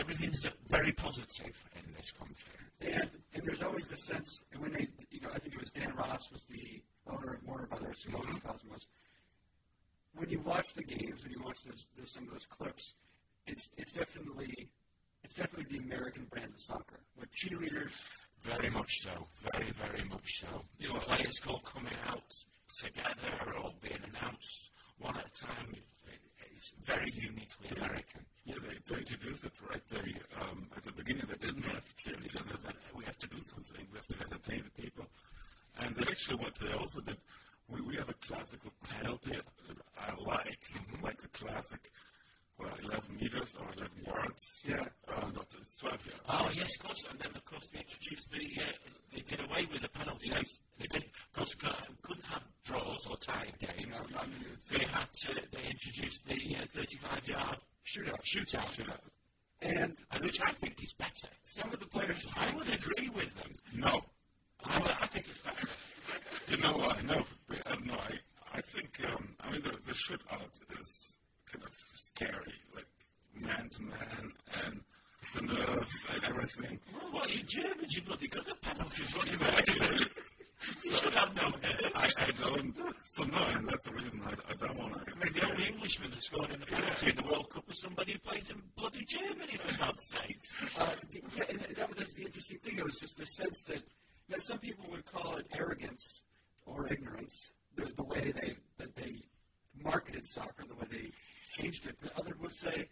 Everything's very positive in this country. And, and there's always the sense, and when they, you know, I think it was Dan Ross was the owner of Warner Brothers who owned Cosmos. When you watch the games, when you watch those, those, some of those clips, it's it's definitely it's definitely the American brand of soccer. With cheerleaders, Very much so. Very, very much so. You know, players all coming out together or being announced one at a time. It- It's very uniquely American. yeah, they, they introduced it right. They um, at the beginning they didn't have cheerleaders. They said we have to do something. We have to entertain the people. And they actually, what they also did, we, we have a classical penalty that I like, like the classic, well, 11 meters or 11 yards. Yeah. Uh, not it's 12 yards. Oh, yes, of course. And then, of course, they introduced the, uh, they did away with the penalties. They did, of course, we couldn't- couldn't have draws or tie games. They had to, they introduced the uh, 35 yard shootout. shootout. and And which I think is better. some of the players, I would agree with them. No, I, would- I think it's better. you know what? No, I don't know. I, I think um, I mean the, the shootout is kind of scary, like man to man and the nerves and everything. Well, what, you Germans, you bloody got the penalties. What do you reckon? You should have known it. I, I don't. So no, and that's the reason I, I don't want to. The only Englishman that scored in the penalty in the World Cup was somebody who plays in bloody Germany, for God's sake. uh, yeah, and that, that's the interesting thing. It was just the sense that that some people would call it arrogance or ignorance, the, the way they that they marketed soccer, the way they changed it. But others would say,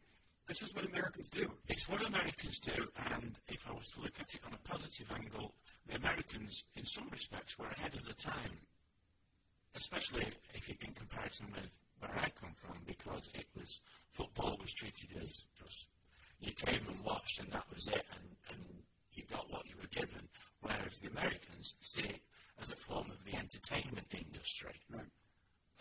"This is what Americans do." It's what Americans do, and if I was to look at it on a positive angle, the Americans, in some respects, were ahead of the time, especially if you in comparison with where I come from, because it was football was treated as just you came and watched and that was it, and, and you got what you were given, whereas the Americans see it as a form of the entertainment industry. Right.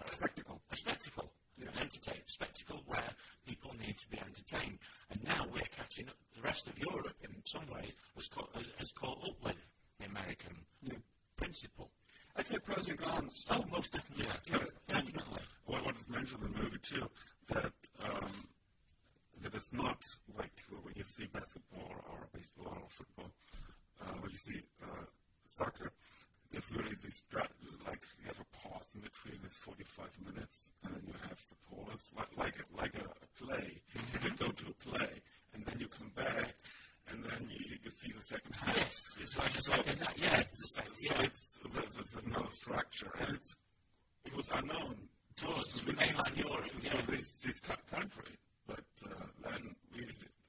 a spectacle, a spectacle, an entertain spectacle where people need to be entertained. And now we're catching up. The rest of Europe, in some ways, has caught, has- has caught up with the American principle. I'd say pros and cons. Oh, most definitely. Yeah. Definitely. Well, what is mentioned in the movie too that um, that it's not like when you see basketball or baseball or football, uh, when you see uh, soccer, there's really this dra- like you have a pause in between this 45 minutes, and then you have the pause like like a, like a, a play. You Mm-hmm. could go to a play, and then you come back, and then you, you see the second half. Yes, it's like it's like a, yeah, it's the same. So Yeah, it's there's, there's another structure, and it's it was unknown to us, to mainland Europe, to yeah, this, this co- country, but uh, then we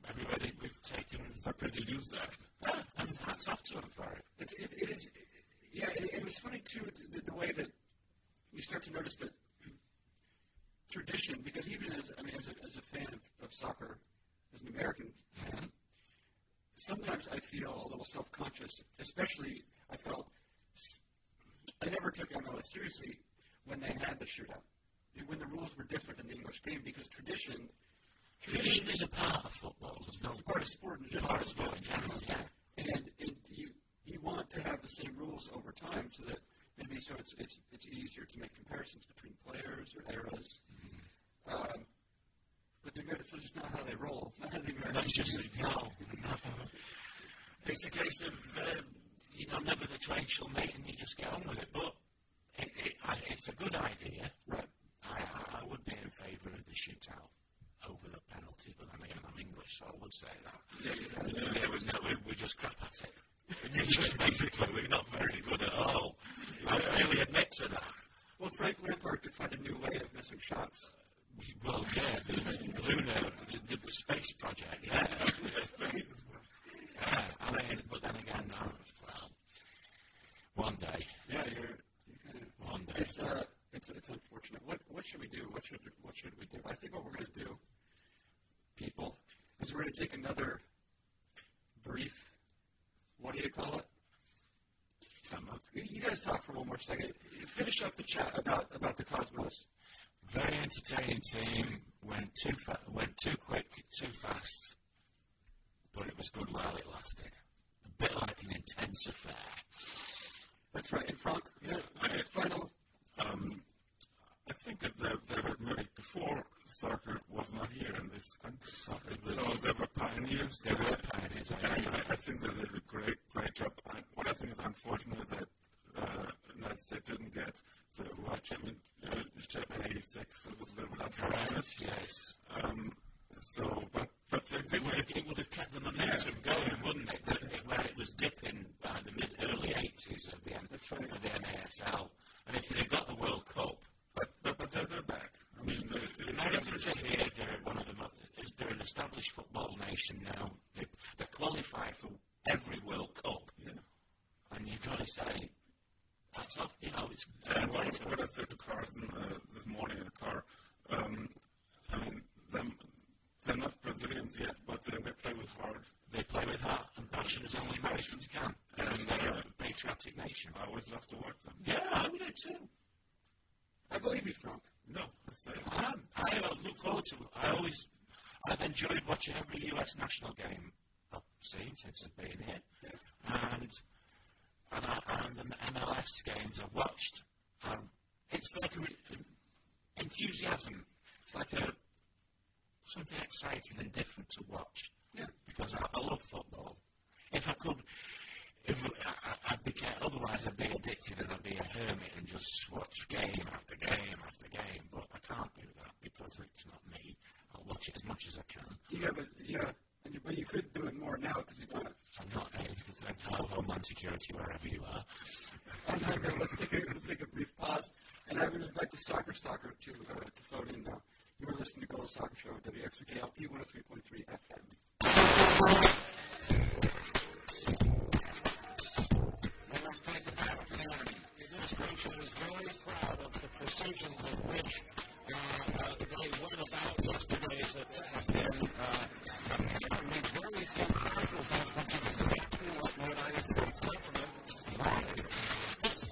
everybody we've taken sucker to use that. and hats off to them for it. It, it, it is, yeah, it, it was funny too, the, the way that you start to notice that tradition, because even as, I mean, as a, as a fan of, of soccer, as an American, fan, sometimes I feel a little self conscious, especially I felt, s- I never took MLS seriously when they had the shootout, when the rules were different in the English game, because tradition, Tradition is a part of football. There's no part of sport in general. part of sport in general. Yeah, and, and you you want to have the same rules over time so that maybe so it's it's it's easier to make comparisons between players or eras. Mm-hmm. Um, but they're good. It's just not how they roll. It's not how they that's just no. no. It's a case of um, you know never the twain shall meet, and you just get on with it. But it, it, I, it's a good idea. Right. I, I- I would be in favour of the shootout over the penalty, but then again, I'm English, so I would say that. You know, there was no, we, we just crap at it. We're just basically, we're not very good at all. I freely admit to that. Well, Frank Lampard could find a new way of missing shots. Well, yeah, there's Luna, the, the space project, yeah. yeah I mean, but then again, no, well, one day, Yeah, you're. you kinda- one day. It's uh, it's it's unfortunate. What what should we do? What should what should we do? I think what we're going to do, people, is we're going to take another brief. What do you call it? Come on. You- You guys talk for one more second. Finish up the chat about about the cosmos. Very entertaining team. Went too fa- went too quick, too fast, but it was good while it lasted. A bit like an intense affair. That's right. And Frank, yeah, final. Um, I think that they, they were made before soccer was not here in this country. Soccer was- So they were pioneers. There were pioneers. I And agree. I, I think they did a great, great job. I, what I think is unfortunate is that uh, United States didn't get the World Championship in '86. It was a little bit unfortunate. Yes, Um, so, but but they, they it would, were have, it would have kept the momentum going, wouldn't it? That- that- Where it was dipping by the mid early '80s of the M- of the NASL, and if they'd have got the World Cup, But, but, but they're, they're back. I mean, they, they- Americans are here. They're one of the mo- they're an established football nation now. They, they qualify for every World Cup. And you've got to say, that's off. You know, it's and what, what Uh, I said to Carson uh, this morning in the car, um, I mean, them, they're not Brazilians yet, but they, they play with heart. they play with heart and passion as only Americans can. And they're a patriotic nation. I always love to watch them. Yeah, I would have too. I believe you, Frank. No, I say, I, I uh, look forward to. I always, I've enjoyed watching every U.S. national game I've seen since I've been here, and and, I, and the MLS games I've watched. Um, it's like a re- an enthusiasm. It's like a something exciting and different to watch. Yeah. Because I, I love football. If I could, if I, I- I'd be ca- otherwise I'd be addicted and I'd be a hermit and just watch game after game after game. But I can't do that because it's not me. I'll watch it as much as I can. You have a yeah, and you, but you could do it more now because you don't. I'm not able to thank hello Homeland Security wherever you are. And I know, let's take a let's take a brief pause, and I would invite the soccer stalker to uh, to phone in now. You are listening to Gold Soccer Show, WXKLP 103.3 FM. This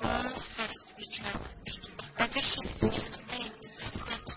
world has to be challenged. Our vision is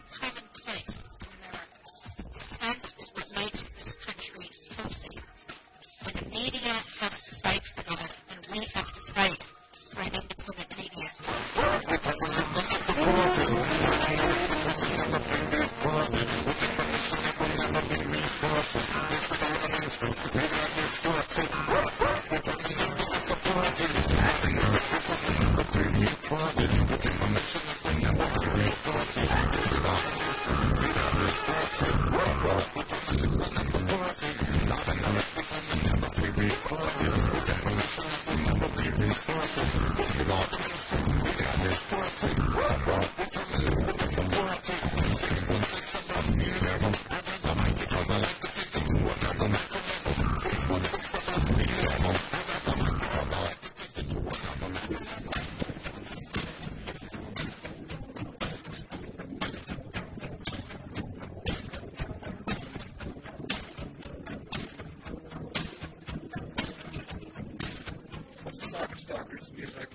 Stalkers music.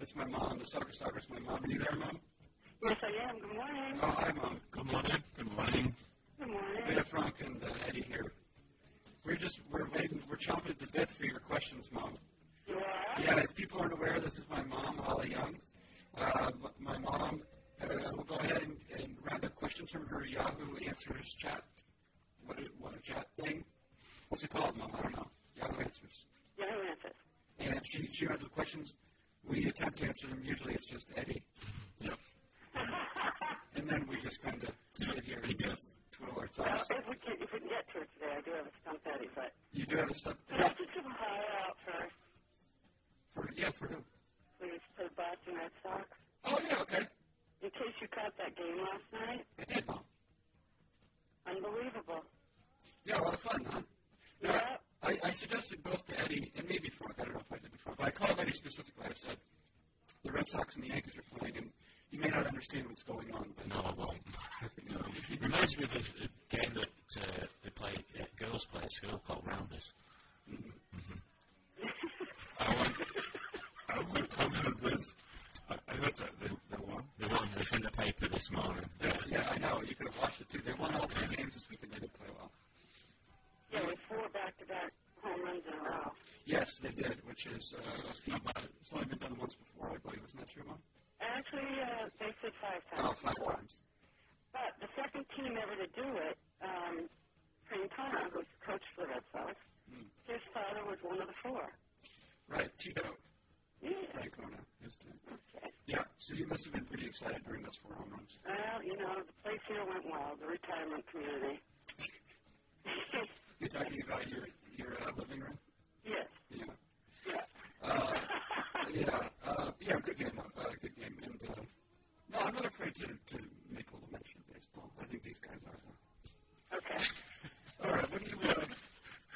It's my mom. The Stalker Stalkers, my mom. Are you there, mom? Yes, I am. Good morning. Oh, hi, mom. Good morning. Good morning. Good We morning. have Frank and uh, Eddie here. We're just we're waiting. We're chomping at the bit for your questions, mom. You are? Yeah, if people aren't aware, this is my mom, Holly Young. Uh, m- my mom, uh, we'll go ahead and, and round up questions from her Yahoo Answers chat. What a, what a chat thing. What's it called, Mom? I don't know. Yahoo Answers. Yahoo Answers. And she, she has the questions. We attempt to answer them. Usually it's just Eddie. Yep. And then we just kind of sit here and just twiddle our Well, thumbs. if we can, if we can get to it today, I do have a stump Eddie, but You do have a sub we have to do hire out first. for, yeah, for who? We used to play Boston Red Sox. Oh, yeah, okay. In case you caught that game last night, I did, Mom. unbelievable. Yeah, a lot of fun, huh? Yeah. Yeah. I, I suggested both to Eddie and maybe Frank. I don't know if I did before, but I called Eddie specifically. I said, the Red Sox and the Yankees are playing, and you may not understand what's going on, but No, I won't. no. It reminds me of a, a game that uh, they play, uh, girls play at school called Rounders. I would comment this. I, I heard that they, they won. The one that's in the paper this morning. Yeah. yeah, I know. You could have watched it too. They won all three games this week, and they did play well. Yeah, with four back-to-back home runs in a row. Yes, they did, which is uh, a feat. It's only been done once before, I believe. Isn't that true, Mom? Actually, uh, they said five Oh, times. five times. But the second team ever to do it, um, Francona, who's coached the Red Sox, his father was one of the four. Right, Tito Yeah. Francona. His name. Okay. Yeah, so you must have been pretty excited during those four home runs. Well, you know, the place here went well, the retirement community. You're talking about your your uh, living room. yes. Yeah. Uh, yeah. Uh, yeah. Good game. Uh, good game. And uh, no, I'm not afraid to, to make a little mention of baseball. I think these guys are. though. Okay. All right. What do you? Uh,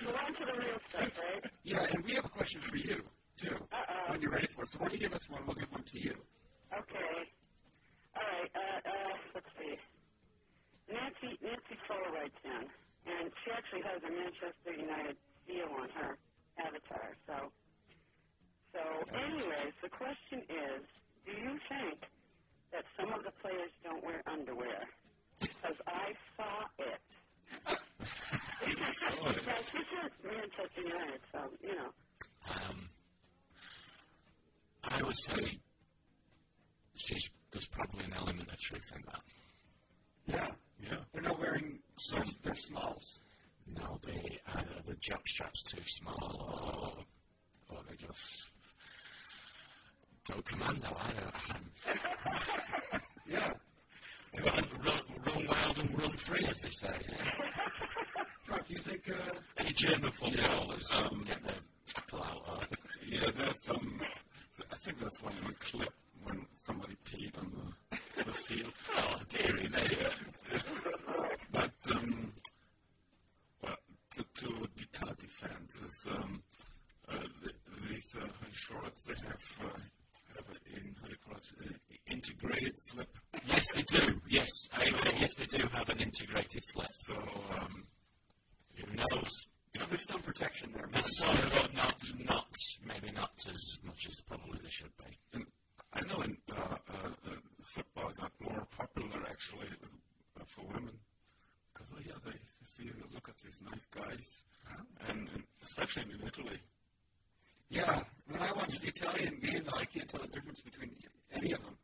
Move on to the real stuff, right? yeah. And we have a question for you too. Uh-oh. When you're ready for it. So why don't you give us one? We'll give one to you. Okay. All right. Uh, uh, let's see. Nancy Nancy Fuller writes in, and she actually has a Manchester United seal on her avatar. So, so anyways, the question is, do you think that some of the players don't wear underwear? Because I saw it. now, this is Manchester United, so you know. Um, I would say she's, there's probably an element of truth in that. Yeah. Yeah. They're not wearing some. They're smalls. No, they either the job strap's too small or or they just oh, don't commando. I don't know. Yeah. Run, run, run wild and run free, as they say. Yeah. Frank, you think? Uh, Any German footballers um, get their tackle out or Yeah, there's some. I think that's one in a clip when somebody peed on the, the field. oh dearie me. But um, well, to, to the car defense is um, uh, th these uh, shorts they have uh, have an in how do you call it, an integrated slip. Yes, they do. Yes, I, I- yes, they do have an integrated slip. So um, Who knows? there's some protection there. It's sort of got not, not, maybe not as much as probably they should be. and I know in uh, uh, uh, football got more popular actually uh, for women because oh yeah they see they look at these nice guys and, and especially in Italy. Yeah, when I watch the Italian game, though, I can't tell the difference between any of them.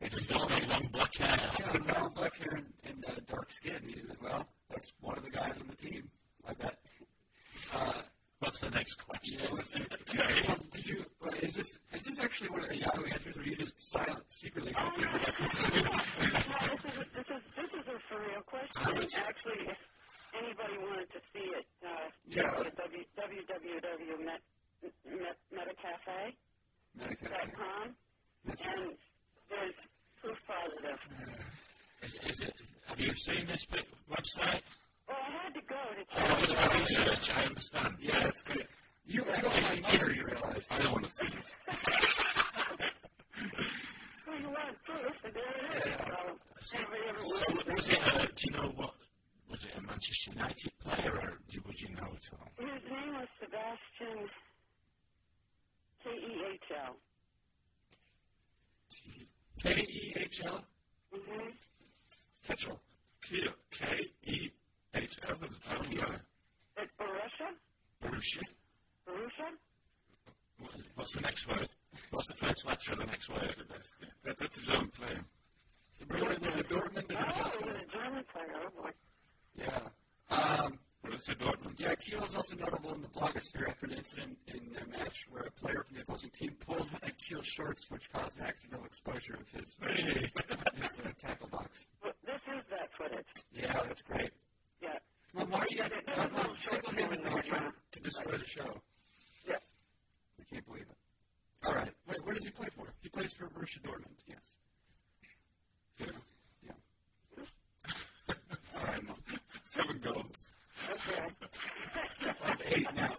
It's They've just just all got long black hair. yeah, brown, black hair, and, and uh, dark skin. You- Well, that's one of the guys on the team. I bet. Uh, What's the next question? yeah, what's it? Well, did you? well, Is this is this actually one of the Yahoo answers, or are you just silent, secretly hoping that that's Well, this is a, this is this is a for real question. And Actually, if anybody wanted to see it, uh, Yeah. go to w- www.metacafe.com, Medicaid? and there's proof positive. Is, is it, have you seen this bit- website? Well, I had to go to Oh, I check. was for research, I understand. Yeah, that's great. You, I don't mind here, you realize. I don't want to see it. Well, you want proof, and there it is. So, anybody ever So, wanted to was see it it? a, do you know what, was it a Manchester United player or do- would you know at all? His name was Sebastian K E H L. K E H L? Mm-hmm. Ketchel. Kia, E K-E-H-F is a German letter. It's Borussia? Borussia. Borussia? What- What's the next word? What's the first letter of the next word? That, that's a German player. Dortmund was a Dortmund and Oh, Manchester. it was a German player. Oh, boy. Yeah. Um, Borussia Dortmund. yeah, Kiel is also notable in the blogosphere after an incident in their match where a player from the opposing team pulled on Keel's shorts, which caused an accidental exposure of his, his uh, tackle box. Well, This is that footage. Yeah, that's great. Yeah. Lamar, you got That- I'm that's a little short single-handedly film right trying now. to destroy the show. Yeah. I can't believe it. All right. Wait, where does he play for? He plays for Borussia Dortmund. Yes. Yeah. Yeah. All right. Mom. Seven goals. Okay. I'm eight now.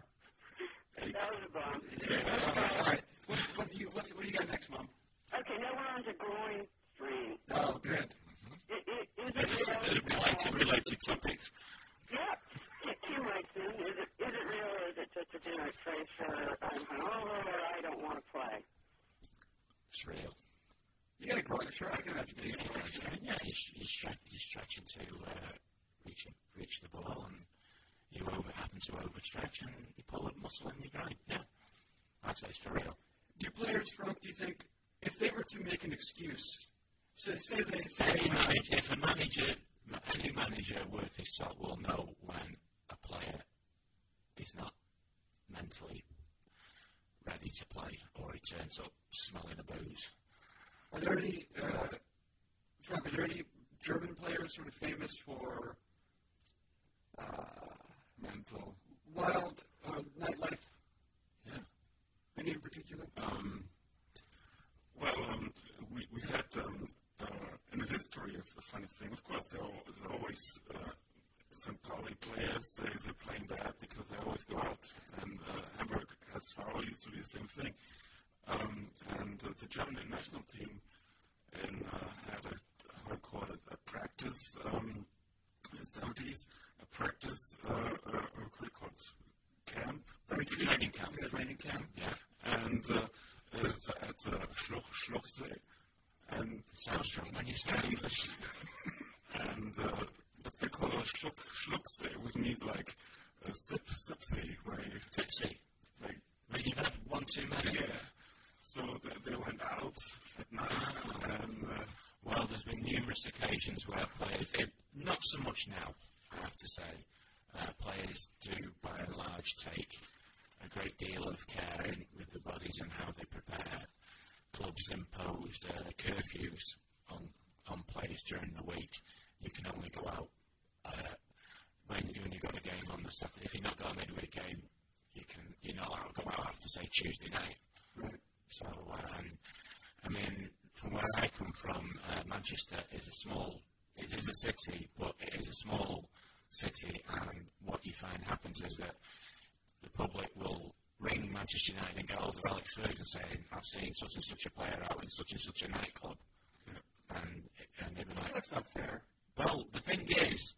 that was a bomb. Yeah. All right. All right. What's, what do you what's, what do you got next, mom? Okay, now we're on to groin strain. Oh, good. It, it, is It was, it uh, real? related, related topics. Yeah. Kim- Kim writes in, is it, is it real or is it just a generic phrase for I'm hungover or I don't want to play? It's real. You got a groin sure. I can imagine getting a groin strain. Yeah, he's, he's, tra- he's stretching to uh, reach, reach the ball, and you over happen to overstretch, and you pull a muscle in your groin. Yeah, I'd say it's for real. Do players from? Do you think if they were to make an excuse, so say they say Any manager, if a manager, any manager worth his salt will know when a player is not mentally ready to play, or he turns up smelling the booze. Are there any, uh, Trump, are there any German players who are famous for uh, Mental. wild uh, nightlife? Yeah. Any in particular? Um, well, um, we, we had um, uh, in the history of a funny thing, of course, there al- there's always uh, some Pauli players, they, they're playing bad because they always go out. And uh, Hamburg has Farrell used to do the same thing. Um, and uh, the German national team in, uh, had a, how do you call it, a practice um, in the 70s, a practice, uh, uh, what do you call it, camp? Training camp. Training camp. Yeah, and uh, it's at uh, Schloch, Schlochsee. And sounds strong when you say English. and uh, but they call it Schluck, Schlucksee, which means like a sip, sipsy way. Tipsy. Like, When you've had one too many. yeah. So they, they went out at night and uh, Well, there's been numerous occasions where players, it, not so much now, I have to say, uh, players do by and large take a great deal of care in, with the bodies and how they prepare. Clubs impose uh, curfews on, on players during the week. You can only go out uh, when, you- when you've got a game on the Saturday. If you've not got a midweek game, you can, you're not allowed to go out after, say, Tuesday night. Right. So, um, I mean, from where I come from, uh, Manchester is a small, it is a city, but it is a small city, and what you find happens is that the public will ring Manchester United and get hold of Alex Ferguson saying, I've seen such and such a player out in such and such a nightclub. And, and they'll be like, That's not fair. well, the thing is,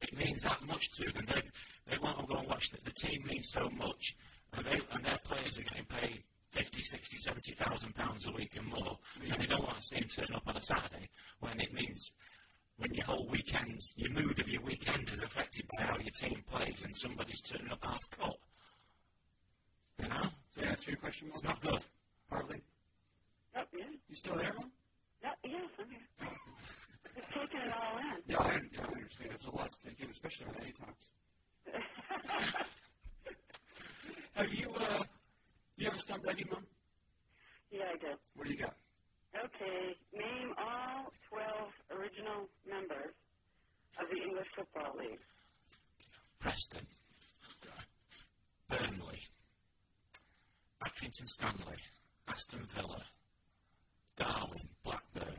it means that much to them. They, they want to go and watch that the team means so much, and, they, and their players are getting paid 50, 60, 70,000 pounds a week and more, and they don't want to see them turn up on a Saturday when it means when your whole weekend, your mood of your weekend is affected by how your team plays and somebody's turning up half cut. You know? Did I answer your question, Mom? It's not good. Harley, Oh, yeah. you still there, Mom? No, yes, I'm here. Just taking it all in. Yeah, I, yeah, I understand. It's a lot to take in, especially on any times. Have you, uh, you have a stump ready, Mom? Yeah, I do. What do you got? Okay, name all 12 original members of the English Football League. Preston, Burnley, Accrington Stanley, Aston Villa, Darwin, Blackburn.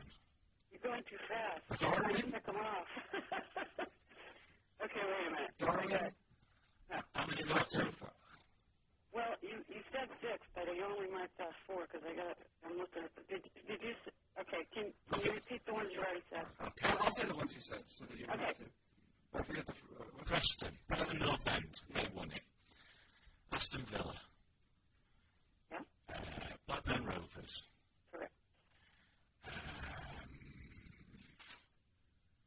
You're going too fast. Darwin? Pick them off. okay, wait a minute. Darwin? Okay. How many got so far? Well, you, you said six, but I only marked off four because I got. I'm looking at the. Did, did you? s- Okay, can, can you repeat the ones you already said? Okay. I'll, I'll say the ones you said so that you don't have to. Okay. But I forget the. fr- Uh, what's Preston, Preston North End, they won it. Aston Villa, Yeah. uh, Blackburn Rovers. Correct. Um,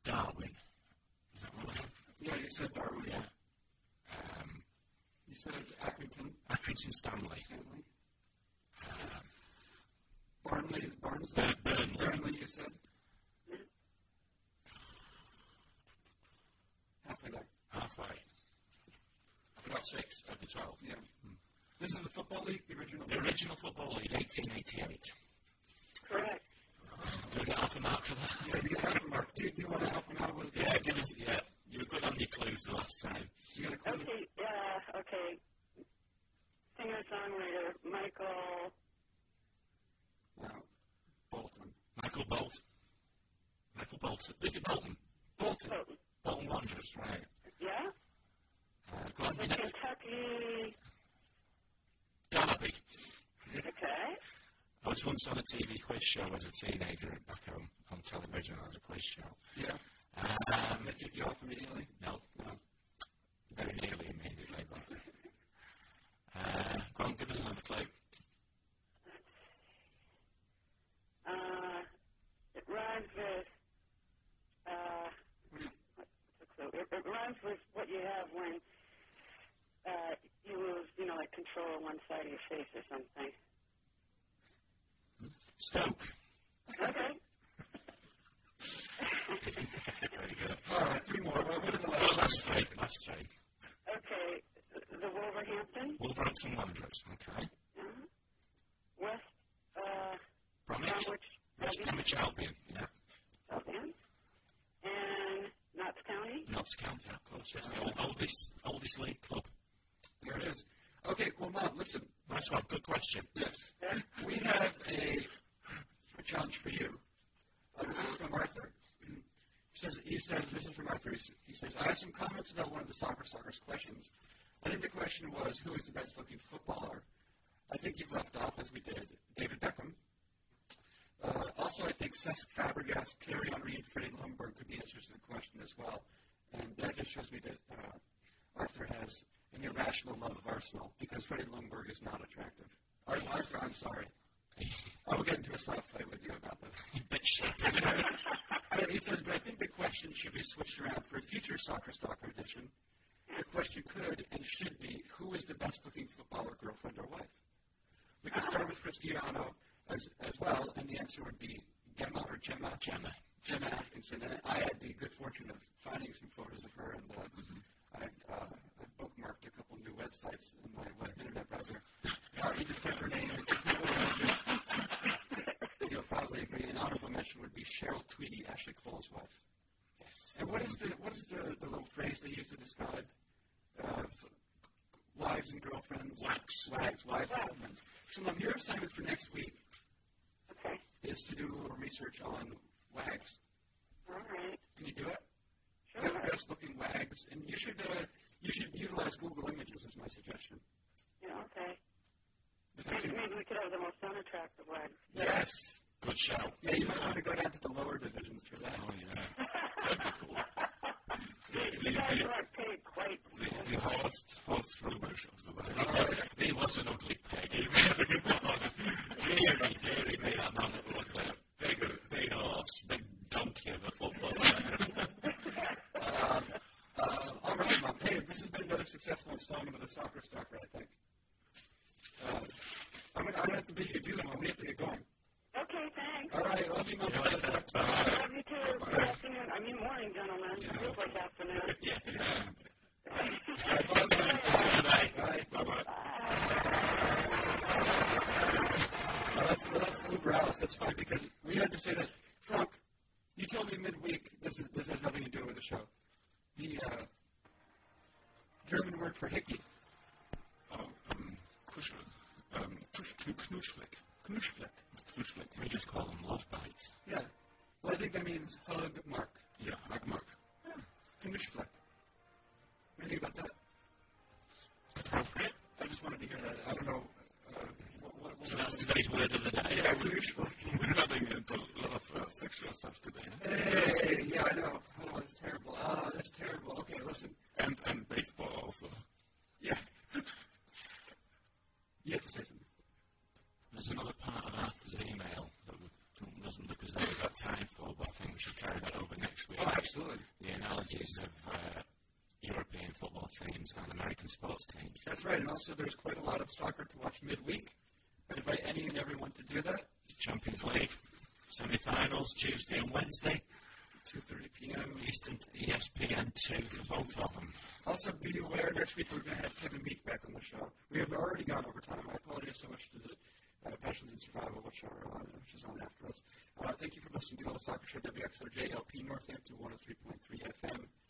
Darwin. Is that one of them? Yeah, you said Darwin. Yeah. Um, You said Accrington, Accrington Stanley. Stanley. Um, Barnley, Barnsley. Bur- Burnley. Burnley, you said. Yeah. Halfway there. halfway. I've got six of the twelve. Yeah. This is the Football League, the original. The original Football League, 1888. Correct. Do we get half a mark for that? Yeah, you have them. Mark. Do you, do you want to help them out with Yeah, give us, yeah. You were good on your clues the last time. You got a clue? Okay, yeah, okay. Singer songwriter Michael. No. Bolton. Michael Bolt. Michael Bolton. Is it Bolton? Bolton. Bolton. Bolton Wanderers, right. Yeah? Uh, go on, The your next. Kentucky. Derby. Okay. I was once on a TV quiz show as a teenager at back home on television. I was a quiz show. Yeah. Um, They kick you off immediately. no, no. Very nearly immediately, but. Uh, go on, give us another clue. Uh, it rhymes with. Uh, What do you- what's the clue? It, it rhymes with what you have when uh, you lose, you know, like control of one side of your face or something. Stoke. Okay. Very good. All right, three more. What what are the last? Oh, last three, last three. Okay. The Wolverhampton. Wolverhampton Wanderers, okay. uh West. Uh, Bromwich. Bromwich. West Albion. Bromwich Albion, yeah. Albion. oh, And Knox County. Notts County, of course. That's the old, oldest, oldest league club. There it is. Okay, well, Mom, listen. Nice one. Good question. We have a, a challenge for you. Uh, this is from Arthur. He says, he says, this is from Arthur. He s- He says, I have some comments about one of the soccer stalkers' questions. I think the question was, who is the best looking footballer? I think you've left off, as we did, David Beckham. Uh, also, I think Cesc Fabregas, Thierry Henry, and Freddie Lundberg could be answers to the question as well. And that just shows me that uh, Arthur has an irrational love of Arsenal because Freddie Lundberg is not attractive. Ar- Arthur, I'm sorry. I will get into a slap fight with you about this. Bit shit. But he says, but I think the question should be switched around for a future Soccer Stalker edition. The question could and should be, who is the best-looking footballer, girlfriend, or wife? We could start with Cristiano as, as well, and the answer would be Gemma or Gemma. Gemma. Gemma Atkinson. And I had the good fortune of finding some photos of her, and uh, I've, uh, I've bookmarked a couple new websites in my web internet browser. I already just typed her name. and You'll probably agree. An honorable mention would be Cheryl Tweedy, Ashley Cole's wife. Yes. And what is the what is the, the little phrase they use to describe uh, f- wives and girlfriends? Wags. Wags, wives and girlfriends. So, Mom, your assignment for next week Okay. is to do a little research on wags. All right. Can you do it? Sure. They're the best looking wags, and you should uh, you should utilize Google Images as my suggestion. Yeah, okay. Because I Maybe, can- maybe we could have the most unattractive one. Yes. Good shout. Yeah, you might want to go down to the lower divisions for that. Oh, yeah. That'd be cool. You guys aren't paid quite. The, the host, host rumors of the He world. was, he was an ugly pig. He really was. Deary, deary me, that man was a big, big horse, big donkey of a footballer. Uh, all right, Mom. Hey, this has been another successful installment of the Soccer Stalker, I think. Uh, I'm gonna, I'm gonna have to leave you to do that, Mom. We have to get going. Okay, thanks. All right, love you, Mom. Let's talk tomorrow. Love you too. Good afternoon. I mean morning, gentlemen. It feels like afternoon. Well, that's, well, that's Lou Browse. That's fine because we had to say that. Frank, you told me midweek. This is this has nothing to do with the show. The uh, German word for hickey. Oh, um, Kuschel. Um, Kusch- Knutschfleck. Knuschfleck. Knutschfleck. We just call them love bites. Yeah. Well, I think that means hug mark. Yeah, Hackmark. Knuschfleck. What do you think about that? I just wanted to hear that. I don't know. Uh, what, what, what So that's today's word of the day. yeah, Knuschfleck. We're getting into a lot of uh, sexual stuff today. Hey, yeah, I know. Oh, that's terrible. Oh, that's terrible. Okay, listen. And, and baseball also. Yeah. you have to say something. There's another part of Arthur's email that we, doesn't look as though we've got time for, but I think we should carry that over next week. Oh, absolutely. The analogies of uh, European football teams and American sports teams. That's right. And also, there's quite a lot of soccer to watch midweek. I invite any and everyone to do that. Champions League semi-finals Tuesday and Wednesday. 2.30 p.m. Eastern E ESPN two for both of them. Also, be aware next week we're going to have Kevin Meek back on the show. We have already gone over time. I apologize so much to the uh, Passions and Survival, which, are on, which is on after us. Uh, thank you for listening to the Soccer Show, WXOJ, LP Northampton 103.3 FM.